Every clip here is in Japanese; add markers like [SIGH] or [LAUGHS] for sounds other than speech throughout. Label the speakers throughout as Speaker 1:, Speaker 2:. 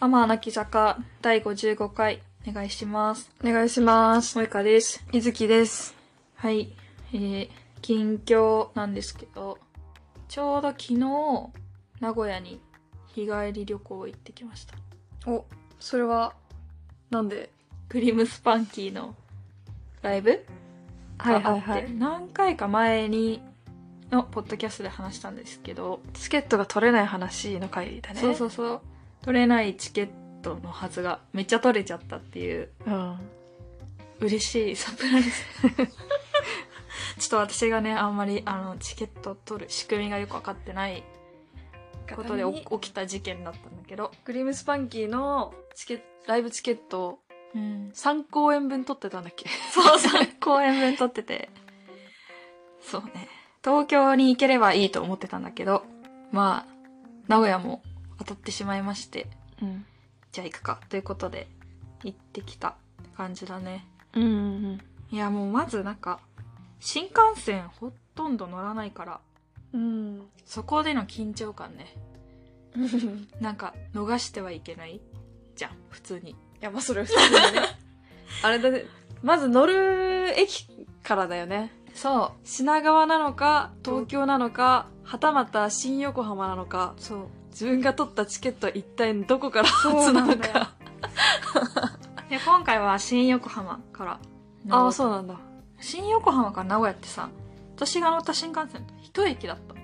Speaker 1: アマーなき坂第55回お願いします。
Speaker 2: お願いします。
Speaker 1: 萌香です。
Speaker 2: いずきです。
Speaker 1: はい。えー、近況なんですけど、ちょうど昨日、名古屋に日帰り旅行行ってきました。
Speaker 2: お、それは、なんで
Speaker 1: クリムスパンキーのライブ
Speaker 2: はいはい
Speaker 1: があ
Speaker 2: は
Speaker 1: って
Speaker 2: い。
Speaker 1: 何回か前に、のポッドキャストで話したんですけど、
Speaker 2: チケットが取れない話の回だね。
Speaker 1: そうそうそう、取れないチケットのはずがめっちゃ取れちゃったっていう
Speaker 2: うん。
Speaker 1: 嬉しいサプライズ [LAUGHS] ちょっと私がねあんまりあのチケットを取る仕組みがよく分かってないことで
Speaker 2: 方
Speaker 1: お
Speaker 2: に
Speaker 1: 起きた事件だったんだけど、
Speaker 2: クリームスパンキーのチケライブチケットを
Speaker 1: うん、
Speaker 2: 3公演分取ってたんだっ [LAUGHS] け
Speaker 1: そうそう [LAUGHS] 公演分取っててそうね東京に行ければいいと思ってたんだけどまあ名古屋も当たってしまいまして
Speaker 2: うん。
Speaker 1: じゃあ行くかということで行ってきた感じだね
Speaker 2: うんうん
Speaker 1: いやもうまずなんか新幹線ほとんど乗らないから
Speaker 2: うん。 [LAUGHS]
Speaker 1: そこでの緊張感ね
Speaker 2: うん。
Speaker 1: なんか逃してはいけないじゃん普通に
Speaker 2: いや、まあそれは普通 [LAUGHS] だね。あれだね。まず乗る駅からだよね。
Speaker 1: そ
Speaker 2: 品川なのか、東京なのか、はたまた新横浜なのか
Speaker 1: う、そう
Speaker 2: 自分が取ったチケットは一体どこから発なのか。
Speaker 1: で今回は新横浜から
Speaker 2: ああ、
Speaker 1: う
Speaker 2: そうなんだ。
Speaker 1: 新横浜から名古屋ってさ私が乗った新幹線一駅だった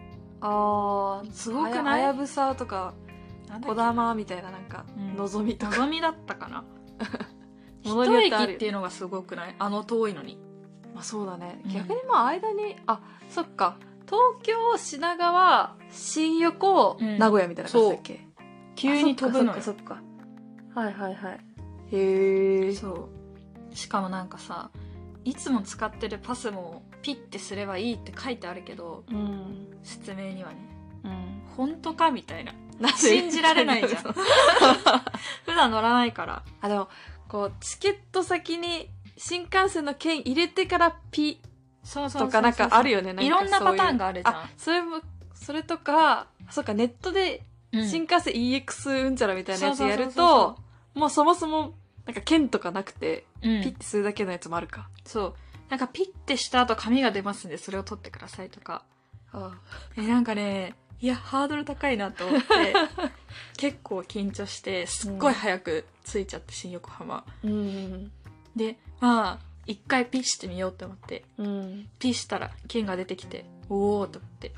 Speaker 2: ああ、すごくな
Speaker 1: は
Speaker 2: い
Speaker 1: や
Speaker 2: はやぶさとか、
Speaker 1: なんだ
Speaker 2: こ
Speaker 1: っ
Speaker 2: だまみたいな、なんか
Speaker 1: うん、
Speaker 2: のぞみ
Speaker 1: け
Speaker 2: とか。
Speaker 1: 望みだったか
Speaker 2: [LAUGHS]
Speaker 1: な
Speaker 2: 物
Speaker 1: 一
Speaker 2: によってある
Speaker 1: 駅っていうのがすごくないあの遠いのに
Speaker 2: [LAUGHS] まあそうだね。
Speaker 1: うん
Speaker 2: 逆にまあ間に、あ、そっか。東京、品川、新横、
Speaker 1: うん
Speaker 2: 名古屋みたいな感じだっけ
Speaker 1: 急に飛ぶの
Speaker 2: あ
Speaker 1: よ
Speaker 2: そっか、そっか。はいはいはい。へえ。
Speaker 1: そうしかもなんかさいつも使ってるパスもピッてすればいいって書いてあるけど
Speaker 2: うん。
Speaker 1: 説明にはね
Speaker 2: うん。
Speaker 1: 本当かみたいな
Speaker 2: なんで
Speaker 1: 信じられないじゃん [LAUGHS] 普段乗らないから
Speaker 2: [LAUGHS] あ、でも、こう、チケット先に新幹線の券入れてからピ
Speaker 1: そうそうそうそう
Speaker 2: とかなんかあるよね。
Speaker 1: いろんなパターン
Speaker 2: が
Speaker 1: があるじゃん
Speaker 2: あ、それも、それとか、そっか、ネットで
Speaker 1: うん
Speaker 2: 新幹線 EX うんちゃらみたいなやつやる
Speaker 1: そうそうそう
Speaker 2: と、もうそもそも、なんか券とかなくて、
Speaker 1: うん
Speaker 2: ピッてするだけのやつもあるか。
Speaker 1: そうなんかピッてした後紙が出ますんでそれを取ってくださいとか
Speaker 2: あ
Speaker 1: えなんかねいやハードル高いなと [LAUGHS] 思って結構緊張してすっごい早く着いちゃって新横浜、
Speaker 2: うん。
Speaker 1: でまあ一回ピッしてみようと思って
Speaker 2: うん。
Speaker 1: ピッしたら剣が出てきておおと思って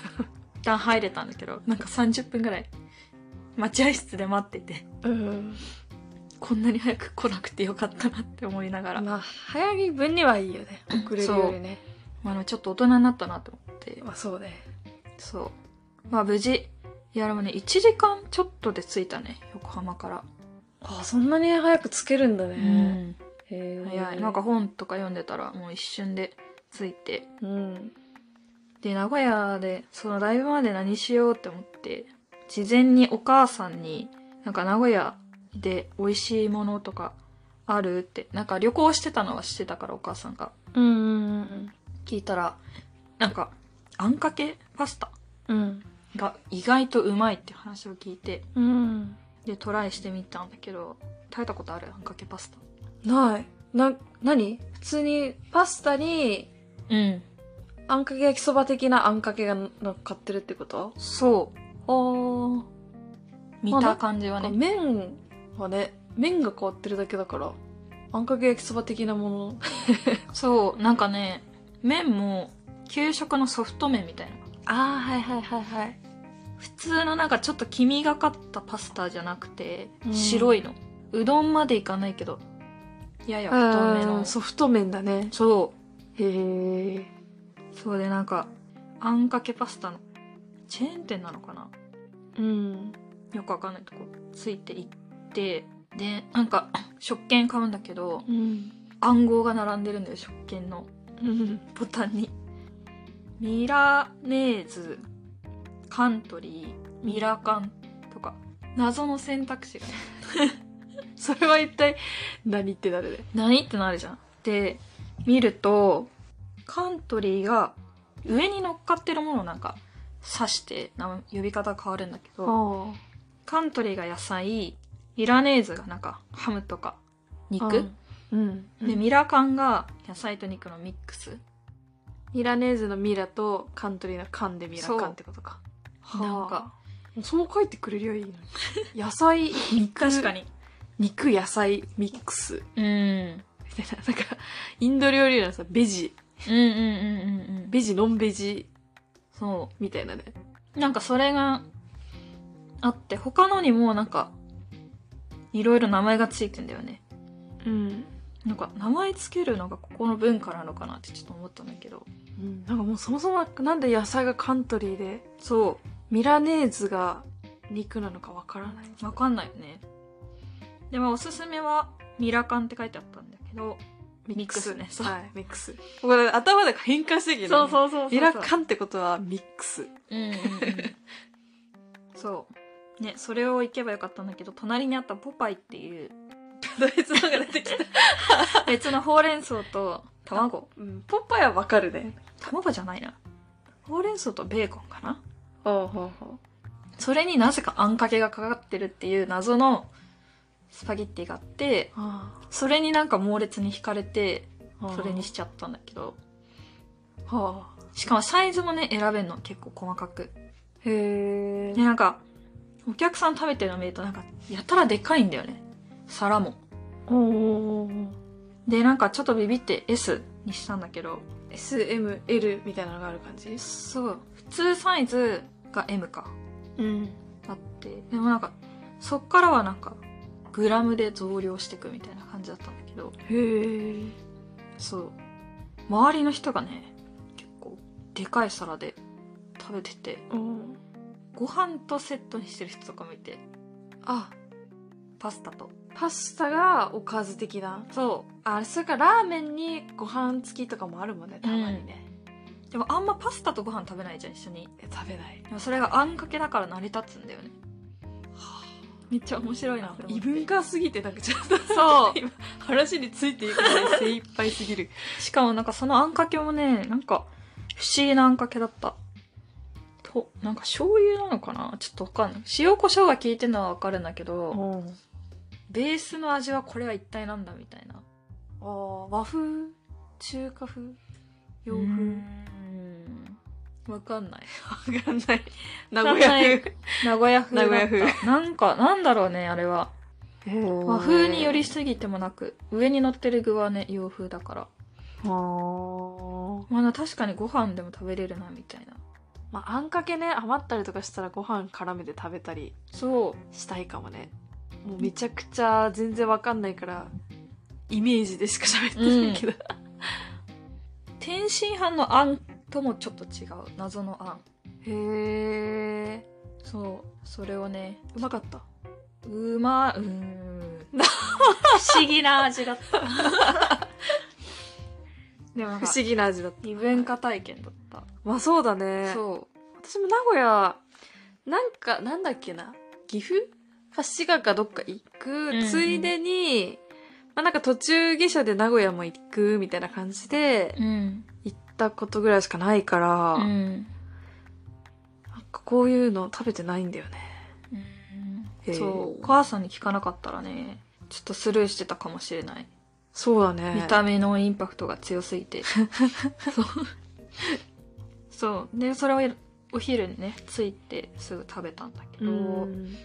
Speaker 1: [LAUGHS] 一旦入れたんだけどなんか30分ぐらい待合室で待ってて
Speaker 2: うん。
Speaker 1: こんなに早く来なくてよかったなって思いながら、
Speaker 2: まあ、早い分にはいいよね。遅れるよりね。
Speaker 1: まあ、でもちょっと大人になったなと思って
Speaker 2: まあそうね。
Speaker 1: そうまあ無事いやでもね1時間ちょっとで着いたね横浜から、
Speaker 2: あそんなに早くつけるんだね。へえ
Speaker 1: 早いなんか、本とか読んでたらもう一瞬で着いて
Speaker 2: うん。
Speaker 1: で名古屋でそのライブまで何しようって思って事前にお母さんになんか名古屋で美味しいものとかあるってなんか旅行してたのはしてたからお母さんが
Speaker 2: うんうん
Speaker 1: 聞いたらなんかあんかけパスタ
Speaker 2: うん。うん。
Speaker 1: が意外とうまいって話を聞いて
Speaker 2: うん。
Speaker 1: でトライしてみたんだけど食べたことあるあんかけパスタ
Speaker 2: ない。な、何普通にパスタに
Speaker 1: うん
Speaker 2: あんかけ焼きそば的なあんかけが乗っかってるってこと
Speaker 1: そう
Speaker 2: あ
Speaker 1: 見た感じは
Speaker 2: あ、
Speaker 1: ね
Speaker 2: 麺はね、麺が変わってるだけだから、あんかけ焼きそば的なもの。
Speaker 1: そうなんかね麺も給食のソフト麺みたいな
Speaker 2: [LAUGHS] ああ、はいはいはいはい。
Speaker 1: 普通のなんかちょっと黄身がかったパスタじゃなくて、
Speaker 2: うん
Speaker 1: 白いのうどんまでいかないけどやや太めの
Speaker 2: ソフト麺だね。
Speaker 1: そ
Speaker 2: へえ。
Speaker 1: うそうでなんかあんかけパスタのチェーン店なのかな
Speaker 2: うん。
Speaker 1: よくわかんないとこついていってでなんか食券買うんだけど
Speaker 2: うん。
Speaker 1: 暗号が並んでるんだよ食券の
Speaker 2: うん。
Speaker 1: ボタンにミラネーズカントリーミラカンとか謎の選択肢が [LAUGHS]
Speaker 2: それは一体、何ってなるね。
Speaker 1: 何ってなるじゃん。で、見ると、カントリーが上に乗っかってるものをなんか刺して、な呼び方変わるんだけど、
Speaker 2: あ
Speaker 1: カントリーが野菜、ミラネーズがなんかハムとか肉、
Speaker 2: うん。
Speaker 1: でミラカンが野菜と肉のミックス
Speaker 2: ミラネーズのミラとカントリーのカンでミラカンってことか。はあ
Speaker 1: なんか
Speaker 2: そう書いてくれりゃいいのに。 [LAUGHS] 野菜、肉、
Speaker 1: 確かに
Speaker 2: 肉、野菜、ミックス。
Speaker 1: うんうん
Speaker 2: みたいな。なんか、インド料理のさ、ベジ、
Speaker 1: うんうんうんうん
Speaker 2: ベジ、ノンベジ、
Speaker 1: そ
Speaker 2: みたいなね。
Speaker 1: うなんかそれがあって他のにもなんかいろいろ名前がついてんだよね
Speaker 2: うん。
Speaker 1: なんか名前つけるのがここの文化なのかなってちょっと思ったんだけど
Speaker 2: なんかもうそもそもなんで野菜がカントリーで、
Speaker 1: そ
Speaker 2: ミラネーズが肉なのかわからない。
Speaker 1: うわかんないよねでもおすすめはミラカンって書いてあったんだけどミックスねそう
Speaker 2: はい、ミックス。これ頭で変換してきてるね
Speaker 1: うそう
Speaker 2: ミ
Speaker 1: ミ
Speaker 2: ラ
Speaker 1: ラカン
Speaker 2: カンってことはミックス。
Speaker 1: うんうんうんそうねそれを行けばよかったんだけど隣にあったポパイっていう
Speaker 2: 別のが出てきた。
Speaker 1: 別のほうれん草と卵
Speaker 2: うん、ポッパイはわかるね。
Speaker 1: 卵じゃないなほうれん草とベーコンかな
Speaker 2: ほうほうほ
Speaker 1: それになぜかあんかけがかかってるっていう謎のスパゲッティがあって
Speaker 2: う。あ
Speaker 1: それになんか猛烈に惹かれて
Speaker 2: あ。
Speaker 1: それにしちゃったんだけど
Speaker 2: はあ。
Speaker 1: しかもサイズもね選べんの結構細かく
Speaker 2: へえ。
Speaker 1: でなんかお客さん食べてるの見るとなんかやたらでかいんだよね皿も
Speaker 2: おおー。
Speaker 1: でなんかちょっとビビって S にしたんだけど
Speaker 2: SML みたいなのがある感じ
Speaker 1: そう普通サイズが M か
Speaker 2: うん。
Speaker 1: あってでもなんかそっからはなんかグラムで増量していくみたいな感じだったんだけど
Speaker 2: へえ。
Speaker 1: そう周りの人がね結構でかい皿で食べてて
Speaker 2: うん。
Speaker 1: ご飯とセットにしてる人とかもいて
Speaker 2: あ、
Speaker 1: パスタと
Speaker 2: パスタがおかず的な。
Speaker 1: そう
Speaker 2: あれ、それからラーメンにご飯付きとかもあるもんね、たまにね。
Speaker 1: でもあんまパスタとご飯食べないじゃん一緒に
Speaker 2: え食べない。
Speaker 1: でもそれがあんかけだから成り立つんだよねめっちゃ面白いなと思って
Speaker 2: 異文化すぎてなんかちょっ [LAUGHS] と
Speaker 1: そう
Speaker 2: 今話についていくのが精一杯す [LAUGHS] ぎる
Speaker 1: しかもなんかそのあんかけもね、なんか不思議なあんかけだった。と、なんか醤油なのかなちょっとわかんない。塩コショウが効いてるのはわかるんだけど、
Speaker 2: お
Speaker 1: ベースの味はこれは一体なんだみたいな。
Speaker 2: お和風中華風洋
Speaker 1: 洋
Speaker 2: 風
Speaker 1: 風。わかんない。
Speaker 2: わかんない名
Speaker 1: 古屋風名古屋風だった。
Speaker 2: 名古屋
Speaker 1: なんか、なんだろうね、あれは。和
Speaker 2: 和
Speaker 1: 風に寄りすぎてもなく、上に乗ってる具はね、洋風だから。
Speaker 2: ま
Speaker 1: まあ確かにご飯でも食べれるな、みたいな。
Speaker 2: ああんかけね余ったりとかしたらご飯絡めて食べたり
Speaker 1: そう。
Speaker 2: したいかもねもうめちゃくちゃ全然わかんないからイメージでしか喋ってないけど、
Speaker 1: 天津飯のあんともちょっと違う。謎のあん。
Speaker 2: へえ
Speaker 1: そう、それをね、
Speaker 2: うまかった
Speaker 1: うま、うーん。不思議な味だった。 [LAUGHS] でもなん
Speaker 2: 不
Speaker 1: か、
Speaker 2: 思議な味だった
Speaker 1: 異文化体験だった。
Speaker 2: まあそうだね
Speaker 1: そ
Speaker 2: 私も名古屋なんかなんだっけな岐阜か滋賀かどっか行く、
Speaker 1: うんうん
Speaker 2: ついでに、まあ、なんか途中下車で名古屋も行くみたいな感じで
Speaker 1: う。うん。
Speaker 2: 行ったことぐらいしかないから、
Speaker 1: う
Speaker 2: なん
Speaker 1: ん。
Speaker 2: かこういうの食べてないんだよねへえ
Speaker 1: そう、お母さんに聞かなかったらね、ちょっとスルーしてたかもしれない。
Speaker 2: そうだね
Speaker 1: 見た目のインパクトが強すぎ
Speaker 2: [LAUGHS]
Speaker 1: て。そう。そう。で、それをお昼にね、ついてすぐ食べたんだけ
Speaker 2: う
Speaker 1: ど、
Speaker 2: ん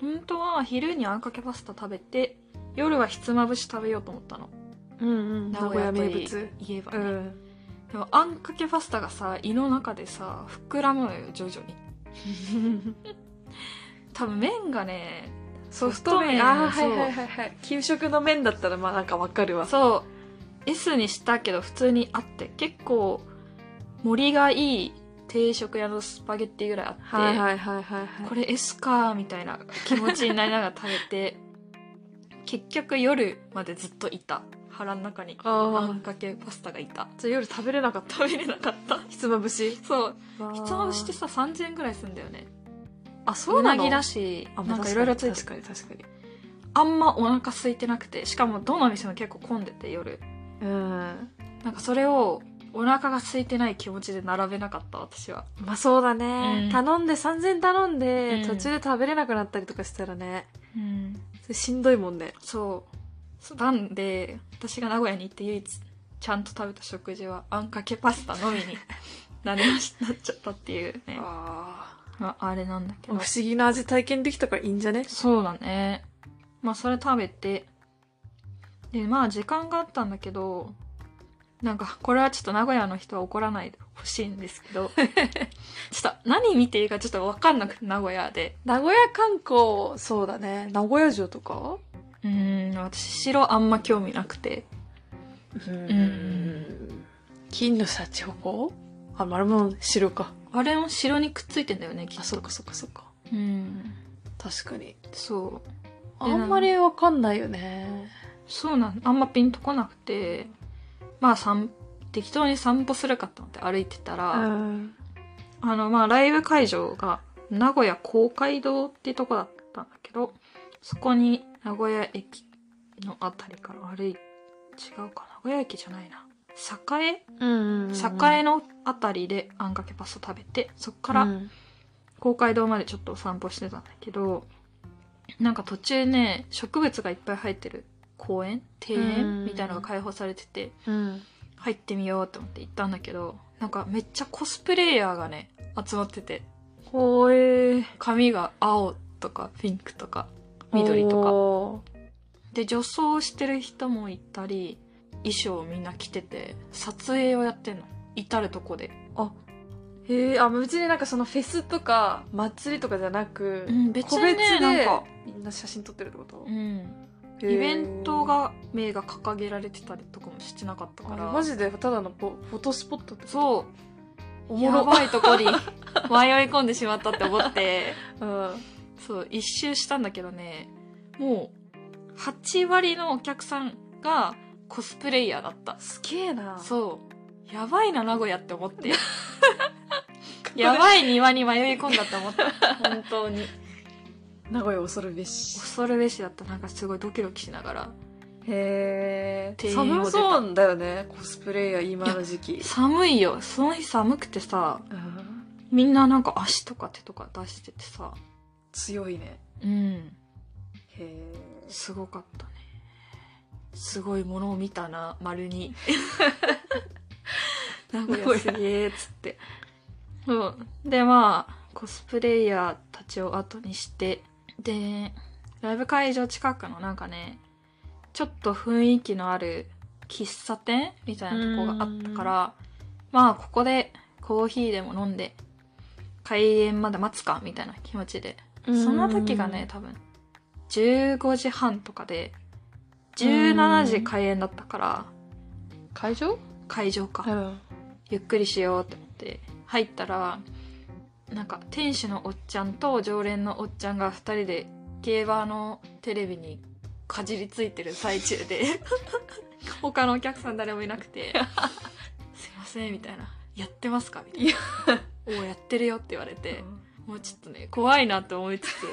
Speaker 1: 本当は昼にあんかけパスタ食べて夜はひつまぶし食べようと思ったの
Speaker 2: うんうん名古屋名
Speaker 1: とい
Speaker 2: 物
Speaker 1: 言えば
Speaker 2: う
Speaker 1: ね、
Speaker 2: ん
Speaker 1: でもあんかけパスタがさ胃の中でさ膨らむのよ徐々に多分麺がね
Speaker 2: ソフト麺
Speaker 1: あーは
Speaker 2: ああはいい
Speaker 1: は
Speaker 2: はいいはいはい給食の麺だったらまあなんかわかるわ
Speaker 1: そう S にしたけど普通にあって結構盛りがいい定食屋のスパゲッティぐらいあって、
Speaker 2: はいはいはいはいはい
Speaker 1: これ S かみたいな気持ちになりながら食べて [LAUGHS] 結局夜までずっといた腹の中にあ
Speaker 2: あ
Speaker 1: んかけパスタがいた
Speaker 2: あ夜食べれなかった
Speaker 1: 食べれなかった
Speaker 2: ひつまぶし
Speaker 1: そう
Speaker 2: ひ
Speaker 1: ひつまぶしってさ3000円ぐらいすんだよね
Speaker 2: あそううな
Speaker 1: な
Speaker 2: の
Speaker 1: ぎだし
Speaker 2: あ
Speaker 1: なんかいろいろついて
Speaker 2: 確かに確かに
Speaker 1: あんまお腹空いてなくてしかもどの店も結構混んでて夜
Speaker 2: うん
Speaker 1: なんかそれをお腹が空いてない気持ちで並べなかった私は
Speaker 2: まあそうだね、
Speaker 1: うん
Speaker 2: 頼んで3000頼んで、
Speaker 1: うん
Speaker 2: 途中で食べれなくなったりとかしたらね
Speaker 1: うん
Speaker 2: それしんどいもんね。
Speaker 1: そうそうなんで私が名古屋に行って唯一ちゃんと食べた食事はあんかけパスタのみ [LAUGHS] になりましなっちゃったっていうね
Speaker 2: ああ。
Speaker 1: まああれなんだけど
Speaker 2: 不思議な味体験できたからいいんじゃね
Speaker 1: そうだねまあそれ食べてでまあ時間があったんだけどなんかこれはちょっと名古屋の人は怒らないでほしいんですけ [LAUGHS] どちょっと何見ていいかちょっと分かんなくて名古屋で
Speaker 2: 名古屋観光、そうだね。名古屋城とか
Speaker 1: うーん私城あんま興味なくて
Speaker 2: ううん。金の幸歩行あ、丸物城か。
Speaker 1: あれも城にくっついてんだよねきっ
Speaker 2: あ、
Speaker 1: と
Speaker 2: そっかそっかそっか。
Speaker 1: うん
Speaker 2: 確かに。
Speaker 1: そう
Speaker 2: あんまりわかんないよね。
Speaker 1: そうなんあんまピンとこなくてまあ散適当に散歩するかと思って歩いてたら、
Speaker 2: うん。
Speaker 1: あのまあライブ会場が名古屋公会堂っていうとこだったんだけどそこに名古屋駅のあたりから歩い違うか名古屋駅じゃないな栄
Speaker 2: うん。
Speaker 1: 栄のあたりであんかけパスタ食べてそっか
Speaker 2: う
Speaker 1: ら
Speaker 2: ん
Speaker 1: 公会堂までちょっとお散歩してたんだけどなんか途中ね植物がいっぱい生えてる公園庭
Speaker 2: うん
Speaker 1: 園みたいのが開放されてて
Speaker 2: うん。
Speaker 1: 入ってみようと思って行ったんだけどなんかめっちゃコスプレイヤーがね集まってて
Speaker 2: ほえ
Speaker 1: 髪が青とかピンクとか緑とか
Speaker 2: とか。
Speaker 1: で女装してる人もいたり衣装みんな着てて撮影をやってんの至るとこで、
Speaker 2: へえ、あ、別になんかそのフェスとか祭りとかじゃなく、
Speaker 1: うん、別
Speaker 2: 個
Speaker 1: に
Speaker 2: 別
Speaker 1: ね
Speaker 2: で
Speaker 1: なんか、
Speaker 2: みんな写真撮ってるってこと
Speaker 1: うん、
Speaker 2: へー
Speaker 1: イベントが名が掲げられてたりとかもしてなかった
Speaker 2: あ
Speaker 1: か
Speaker 2: れ
Speaker 1: ら
Speaker 2: マジでただのフォフォトスポットってう
Speaker 1: そう
Speaker 2: おも
Speaker 1: や
Speaker 2: ろ
Speaker 1: ばいとこに [LAUGHS] 迷い込んでしまったって思って
Speaker 2: うん
Speaker 1: そう一周したんだけどねもう8割のお客さんがコスプレイヤーだった
Speaker 2: すげえな
Speaker 1: そう。やばいな、名古屋って思って。 [LAUGHS] やばい庭に迷い込んだって思った。本当に。
Speaker 2: 名古屋恐るべし
Speaker 1: 恐るべしだった。なんかすごいドキドキしながら。
Speaker 2: へえ
Speaker 1: 庭園を
Speaker 2: 寒
Speaker 1: 出た
Speaker 2: そうだよねコスプレイヤー今の時期
Speaker 1: 寒いよ。その日寒くてさ、
Speaker 2: うん
Speaker 1: みんななんか足とか手とか出しててさ。
Speaker 2: 強いね
Speaker 1: うん。
Speaker 2: へえ
Speaker 1: すごかったね。すごいものを見たな、丸 [LAUGHS] に。名古屋すげえ、つって。そう。で、まあ、コスプレイヤーたちを後にして、で、ライブ会場近くのなんかね、ちょっと雰囲気のある喫茶店みたいなとこがあったから、まあ、ここでコーヒーでも飲んで、開演まで待つか、みたいな気持ちでその時がね、多分、15時半とかで、17時開演だったから、
Speaker 2: 会場
Speaker 1: 会場か、
Speaker 2: うん
Speaker 1: ゆっくりしようって思って、入ったら、なんか、店主のおっちゃんと常連のおっちゃんが二人で、競馬のテレビにかじりついてる最中で、 [LAUGHS] 他のお客さん誰もいなくて、すいません、みたいな。やってますかみたいな。おうやってるよって言われて、もうちょっとね、怖いなと思い
Speaker 2: [LAUGHS]
Speaker 1: つつ、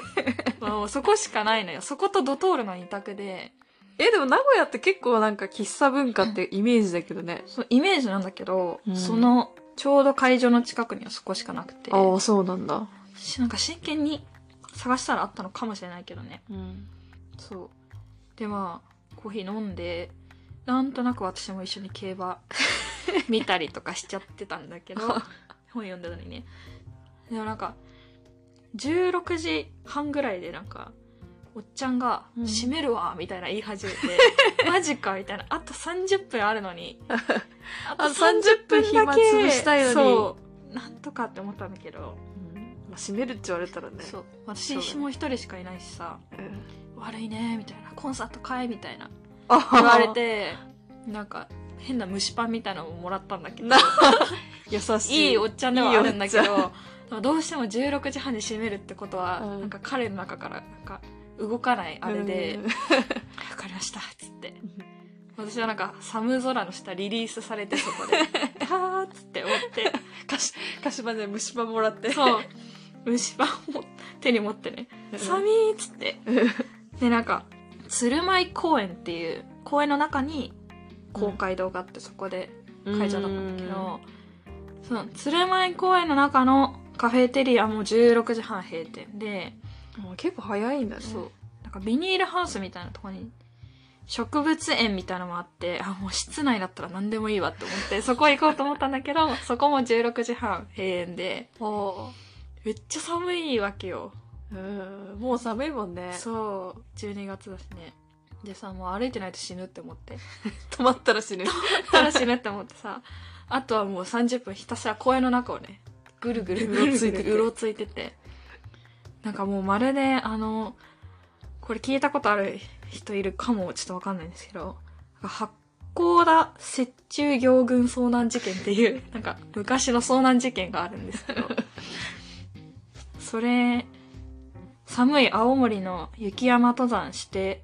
Speaker 1: まあもうそこしかないのよ。そことドトールの二択で、
Speaker 2: えでも名古屋って結構なんか喫茶文化ってイメージだけどね
Speaker 1: そうイメージなんだけど、
Speaker 2: うん
Speaker 1: その、ちょうど会場の近くにはそこしかなくて、
Speaker 2: [LAUGHS] ああそうなんだ
Speaker 1: しなんか真剣に探したらあったのかもしれないけどね。
Speaker 2: うん
Speaker 1: そう。で、まあ、コーヒー飲んで、なんとなく私も一緒に競
Speaker 2: [LAUGHS]
Speaker 1: 馬見たりとかしちゃってたんだけど、本読んでたのにね。でもなんか、16時半ぐらいでなんか、おっちゃんが、
Speaker 2: うん
Speaker 1: 閉めるわ、みたいな言い始
Speaker 2: [LAUGHS]
Speaker 1: めて、マジか、みたいな。あと30分あるのに。あ
Speaker 2: と30分暇潰したいのに
Speaker 1: そう。なんとかって思ったんだけど、
Speaker 2: まあ閉めるって言われたらね
Speaker 1: そう。
Speaker 2: そうだ
Speaker 1: 私
Speaker 2: ね
Speaker 1: も一人しかいないしさ、
Speaker 2: うん
Speaker 1: 悪いね、みたいな。コンサートかい、みたいな。
Speaker 2: あ
Speaker 1: 言われて、なんか、変な蒸しパンみたいなのももらったんだけど
Speaker 2: な。優しい
Speaker 1: いいおっちゃんではあるんだけ
Speaker 2: いいおっち
Speaker 1: ど、でもどうしても16時半に閉めるってことは、
Speaker 2: うん
Speaker 1: なんか彼の中から、なんか、動かないあれで、
Speaker 2: うん
Speaker 1: わかりました、つって。私はなんか、寒空の下リリースされて、そ [LAUGHS] こで、はーっつって思っ
Speaker 2: 菓子菓子パンで蒸しパンもらって
Speaker 1: て、そう、虫歯を手に持ってね、寒
Speaker 2: [LAUGHS] 寒い
Speaker 1: いっつって。で、なんか、鶴舞公園っていう、公園の中に、公会堂があって、そこで会場だったんだけど、その鶴舞公園の中のカフェテリアも16時半閉店で、
Speaker 2: もう結構早いんだね
Speaker 1: そう。だなんかビニールハウスみたいなとこに、植物園みたいなのもあって、あ、もう室内だったら何でもいいわって思って、そこ行こうと思ったんだけ
Speaker 2: [LAUGHS]
Speaker 1: ど、そこも16時半閉園で、
Speaker 2: おー
Speaker 1: めっちゃ寒いわけよ。
Speaker 2: うんもう寒いもんね
Speaker 1: そう、12月だしね。でさ、もう歩いてないと死ぬって思って。
Speaker 2: 止まったら死ぬ
Speaker 1: たら死ぬって思ってさ、あとはもう30分ひたすら公園の中をね、ぐるぐるぐる
Speaker 2: うろつ
Speaker 1: つ
Speaker 2: い
Speaker 1: いて
Speaker 2: てて
Speaker 1: て、うろついてて。なんかもうまるで、あの、これ聞いたことある人いるかもちょっとわかんないんですけど、発光田雪中行軍遭難事件っていう、 [LAUGHS] なんか昔の遭難事件があるんですけど、それ、寒い青森の雪山登山して、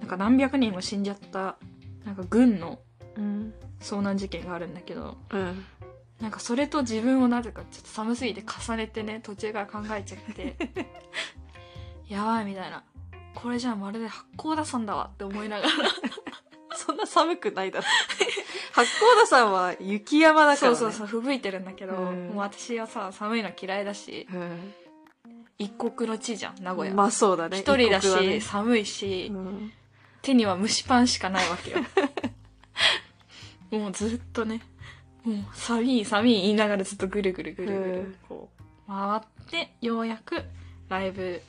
Speaker 1: なんか何百人も死んじゃった、なんか軍の
Speaker 2: うん
Speaker 1: 遭難事件があるんだけど
Speaker 2: うん
Speaker 1: なんかそれと自分をなぜかちょっと寒すぎて重ねてね途中から考えちゃって [LAUGHS] やばいみたいなこれじゃあまるで八甲田山だわって思いな
Speaker 2: [LAUGHS]
Speaker 1: がら
Speaker 2: そんな寒くないだろ [LAUGHS] 八甲田さんは雪山だか
Speaker 1: そ
Speaker 2: ら、
Speaker 1: う
Speaker 2: ね、
Speaker 1: そうそう吹雪いてるんだけど、
Speaker 2: うん
Speaker 1: もう私はさ寒いの嫌いだし
Speaker 2: うん
Speaker 1: 一国の地じゃん名古屋、
Speaker 2: まあそうだね
Speaker 1: 一人だし
Speaker 2: 異国ね
Speaker 1: 寒いし、
Speaker 2: うん
Speaker 1: 手には蒸しパンしかないわけよもうずっとねもう寒い寒い言いながらずっとぐるぐるぐるぐ
Speaker 2: うん
Speaker 1: るこう回ってようやくライブ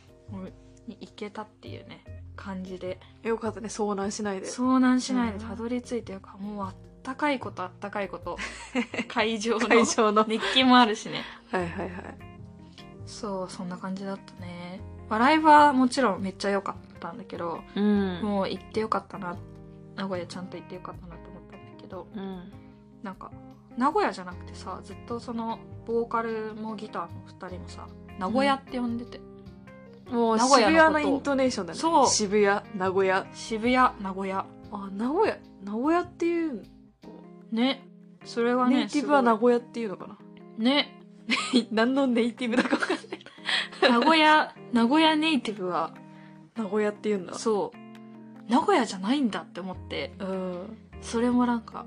Speaker 1: に行けたっていうね感じで
Speaker 2: よかったね遭難しないで
Speaker 1: 遭難しないでたどり着いてよかもうあったかいことあったかいこと
Speaker 2: [LAUGHS]
Speaker 1: 会場の
Speaker 2: 会
Speaker 1: [LAUGHS]
Speaker 2: 場のはい
Speaker 1: 熱気もあるしね
Speaker 2: はいはい
Speaker 1: そうそんな感じだったね、まあ、ライブはもちろんめっちゃ良かったんだけど
Speaker 2: うん
Speaker 1: もう行ってよかったな名古屋ちゃんと行ってよかったなと思ったんだけど
Speaker 2: うん
Speaker 1: なんか名古屋じゃなくてさずっとそのボーカルもギターの2人もさ名古屋って呼んでて、
Speaker 2: もう
Speaker 1: 名
Speaker 2: 渋
Speaker 1: 古屋のこと
Speaker 2: 谷のイントネーションだね
Speaker 1: そう
Speaker 2: 渋谷名古屋
Speaker 1: 渋谷名古屋
Speaker 2: あ名古屋名古屋っていう
Speaker 1: ねそれはね
Speaker 2: ネイティブは名
Speaker 1: す
Speaker 2: 古屋っていうのか
Speaker 1: ご
Speaker 2: な
Speaker 1: いね
Speaker 2: [LAUGHS] 何のネイティブだか分かんない
Speaker 1: 名古屋 [LAUGHS] 名古屋ネイティブは
Speaker 2: [LAUGHS] 名古屋っていうんだ
Speaker 1: そう名古屋じゃないんだって思って
Speaker 2: うん
Speaker 1: それもなんか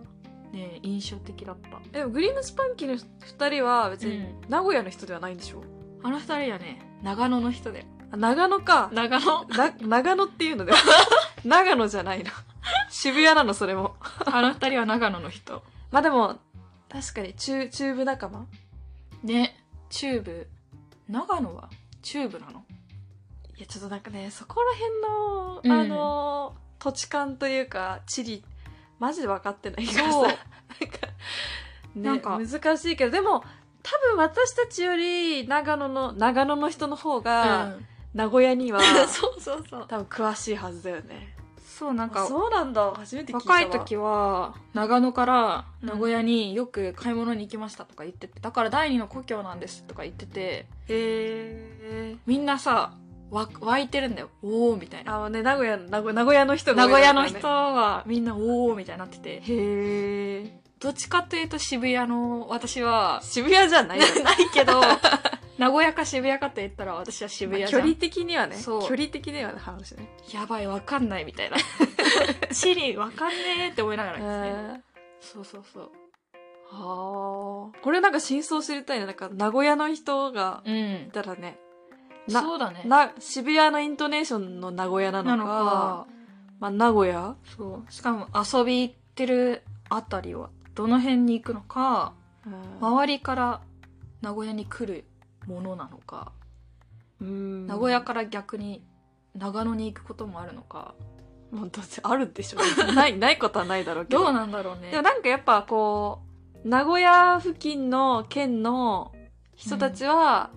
Speaker 1: ね印象的だった
Speaker 2: でもグリーンスパンキーの2人は別
Speaker 1: う
Speaker 2: に
Speaker 1: ん
Speaker 2: 名古屋の人ではないんでしょ、
Speaker 1: あの2人はね長野の人で
Speaker 2: あ長野か
Speaker 1: 長野
Speaker 2: な [LAUGHS] 長野っていうのでは長野じゃないの渋谷なのそれも
Speaker 1: [LAUGHS] あの2人は長野の人
Speaker 2: まあでも確かに中中部仲間
Speaker 1: ねチューブ長野はチューブなの
Speaker 2: いやちょっとなんかねそこら
Speaker 1: うん
Speaker 2: 辺の、あの土地勘というか地理マジで分かってないからさ
Speaker 1: そう
Speaker 2: なんか,、ね、
Speaker 1: なんか
Speaker 2: 難しいけどでも多分私たちより長野の長野の人の方が、名古屋には
Speaker 1: [LAUGHS] そうそうそう。
Speaker 2: 多分詳しいはずだよね
Speaker 1: そう、なん
Speaker 2: あ
Speaker 1: か、
Speaker 2: そうなんだ初めて聞いたわ
Speaker 1: 若い時は、長野から名古屋によく買い物に行きましたとか言ってて、だから第二の故郷なんですとか言ってて、
Speaker 2: へえ
Speaker 1: みんなさ、わ湧いてるんだよ。おーみたいな。
Speaker 2: あのね名古屋の名古名古屋の人が
Speaker 1: 名古屋の
Speaker 2: 多い
Speaker 1: 人
Speaker 2: からね
Speaker 1: はみんなおーみたいになってて、
Speaker 2: へえ
Speaker 1: どっちかというと渋谷の私は、
Speaker 2: 渋谷じゃ
Speaker 1: [LAUGHS]
Speaker 2: ないよね
Speaker 1: ないけど、名古屋か渋谷かと言ったら私は渋谷じ
Speaker 2: 距
Speaker 1: ゃん。
Speaker 2: 離的にはね距
Speaker 1: そう
Speaker 2: 離的にはね話ね
Speaker 1: やばい、わかんないみた [LAUGHS] いな。地理わかんねーって思いながらですね。そうそうそう。
Speaker 2: はあ。これなんか真相知りたいね。なんか名古屋の人が
Speaker 1: うん
Speaker 2: い。たらね、な
Speaker 1: そうだね。
Speaker 2: な、渋谷のイントネーションの名古屋なの
Speaker 1: な
Speaker 2: か、
Speaker 1: のか、
Speaker 2: まあ名古屋
Speaker 1: そう。しかも遊び行ってるあたりは、どの辺に行くのか、
Speaker 2: うん
Speaker 1: 周りから名古屋に来るものなのか、
Speaker 2: うん
Speaker 1: 名古屋から逆に長野に行くこともあるのか、
Speaker 2: もうどうせあるでしょ。 [LAUGHS] ない、ないことはないだろうけど。
Speaker 1: どうなんだろうね。
Speaker 2: でもなんかやっぱこう、名古屋付近の県の人たちは、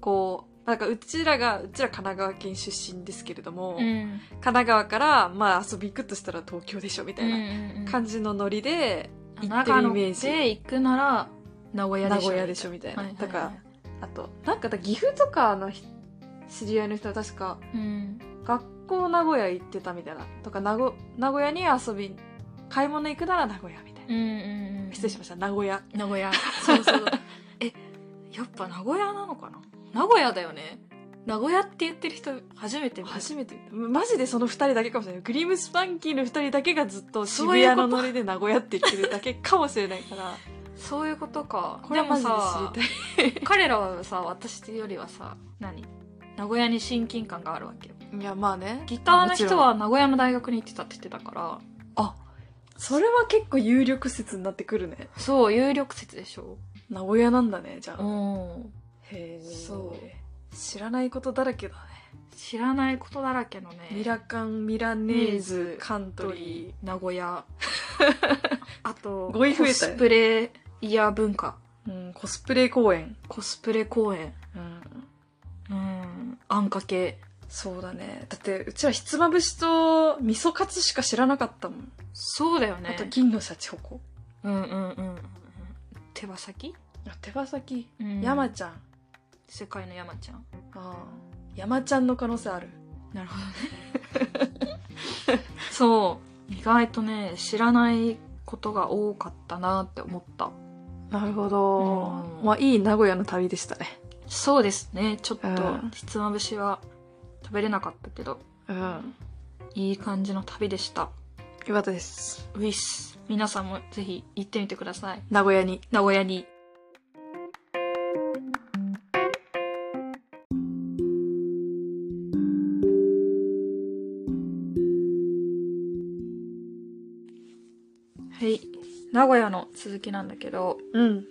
Speaker 2: こう、なんかうちらが、うちら神奈川県出身ですけれど
Speaker 1: う
Speaker 2: も、
Speaker 1: ん。
Speaker 2: 神奈川からまあ遊び行くとしたら東京でしょみたいな。感
Speaker 1: じ
Speaker 2: じのノリで
Speaker 1: で
Speaker 2: 行ってるイメージ
Speaker 1: 長野で行くなら、名古屋
Speaker 2: 名
Speaker 1: でしょ。
Speaker 2: 古屋でしょみたいな、
Speaker 1: はいはいはい
Speaker 2: だからあとなんかだ岐阜とかのひ知り合いの人は確か
Speaker 1: うん。
Speaker 2: 学校名古屋行ってたみたいなとか名古名古屋に遊び買い物行くなら名古屋みたいな、
Speaker 1: うんうんうん。
Speaker 2: 失礼しました名古屋
Speaker 1: 名古 [LAUGHS] 屋。そうそう。え、やっぱ名古屋なのかな名古屋だよね。名古屋って言ってる人初めて見た
Speaker 2: 初めてマジでその2人だけかもしれないグリムスパンキーの2人だけがずっと渋
Speaker 1: そういう
Speaker 2: 谷
Speaker 1: こと
Speaker 2: のノリで名古屋って言ってるだけかもしれないから
Speaker 1: そういうことか。
Speaker 2: これはマジで知りたい
Speaker 1: でもさ彼らはさ、私よりはさ、何名古屋に親近感があるわけよ。
Speaker 2: いや、まあね。
Speaker 1: ギターの人
Speaker 2: も
Speaker 1: は名古屋の大学に行ってたって言ってたから、
Speaker 2: ちろん。それは結構有力説になってくるね。
Speaker 1: そう、有力説でしょ。
Speaker 2: 名古屋なんだね、じゃあ。
Speaker 1: うん。
Speaker 2: へえ。
Speaker 1: そ
Speaker 2: 知らないことだらけだね。
Speaker 1: 知らないことだらけのね。
Speaker 2: ミラカン、ミラネーズ、カン
Speaker 1: ト
Speaker 2: ト
Speaker 1: リ
Speaker 2: リ
Speaker 1: ー名古 [LAUGHS] 屋あと
Speaker 2: 語彙増えた
Speaker 1: コスプレイヤー文化
Speaker 2: ー。うん、コスプレ公演。
Speaker 1: コスプレ公演
Speaker 2: うん。
Speaker 1: うんあんかけ
Speaker 2: そうだね。だって、うちはひつまぶしと味噌カツしか知らなかったもん。
Speaker 1: そうだよ
Speaker 2: あ
Speaker 1: ね
Speaker 2: と、金のシャチホコ。
Speaker 1: うんうんうんうん手羽先、
Speaker 2: あ手羽先。
Speaker 1: うん
Speaker 2: 山ちゃん。
Speaker 1: 世界の山ちゃん
Speaker 2: ああ。山ちゃんの可能性ある。
Speaker 1: なるほどね [LAUGHS] そう意外とね知らないことが多かったなって思った
Speaker 2: なるほ
Speaker 1: ど
Speaker 2: まあ、いい名古屋の旅でしたね。
Speaker 1: そうですねちょっと
Speaker 2: うん
Speaker 1: ひつまぶしは食べれなかったけど
Speaker 2: うん。
Speaker 1: いい感じの旅でした
Speaker 2: よかったです。
Speaker 1: ウィス。皆さんもぜひ行ってみてください。
Speaker 2: 名古屋に。
Speaker 1: 名古屋に。はい。名古屋の続きなんだけど、
Speaker 2: うん。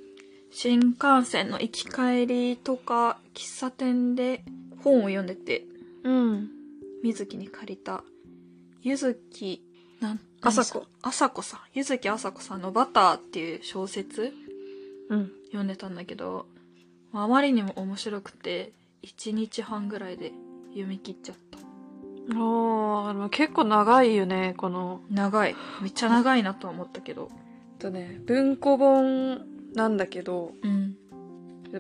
Speaker 1: 新幹線の行き帰りとか、喫茶店で本を読んでて、
Speaker 2: うん。
Speaker 1: 水木に借りた、ゆずき、なん、
Speaker 2: あさこ。
Speaker 1: あさこさん。ゆずきあさこさんのバターっていう小説
Speaker 2: うん。
Speaker 1: 読んでたんだけど、まああまりにも面白くて、1日半ぐらいで読み切っちゃった。
Speaker 2: ああ、結構長いよね、この。
Speaker 1: 長い。めっちゃ長いなとは思ったけど。
Speaker 2: とね、文庫本なんだけど、
Speaker 1: うん。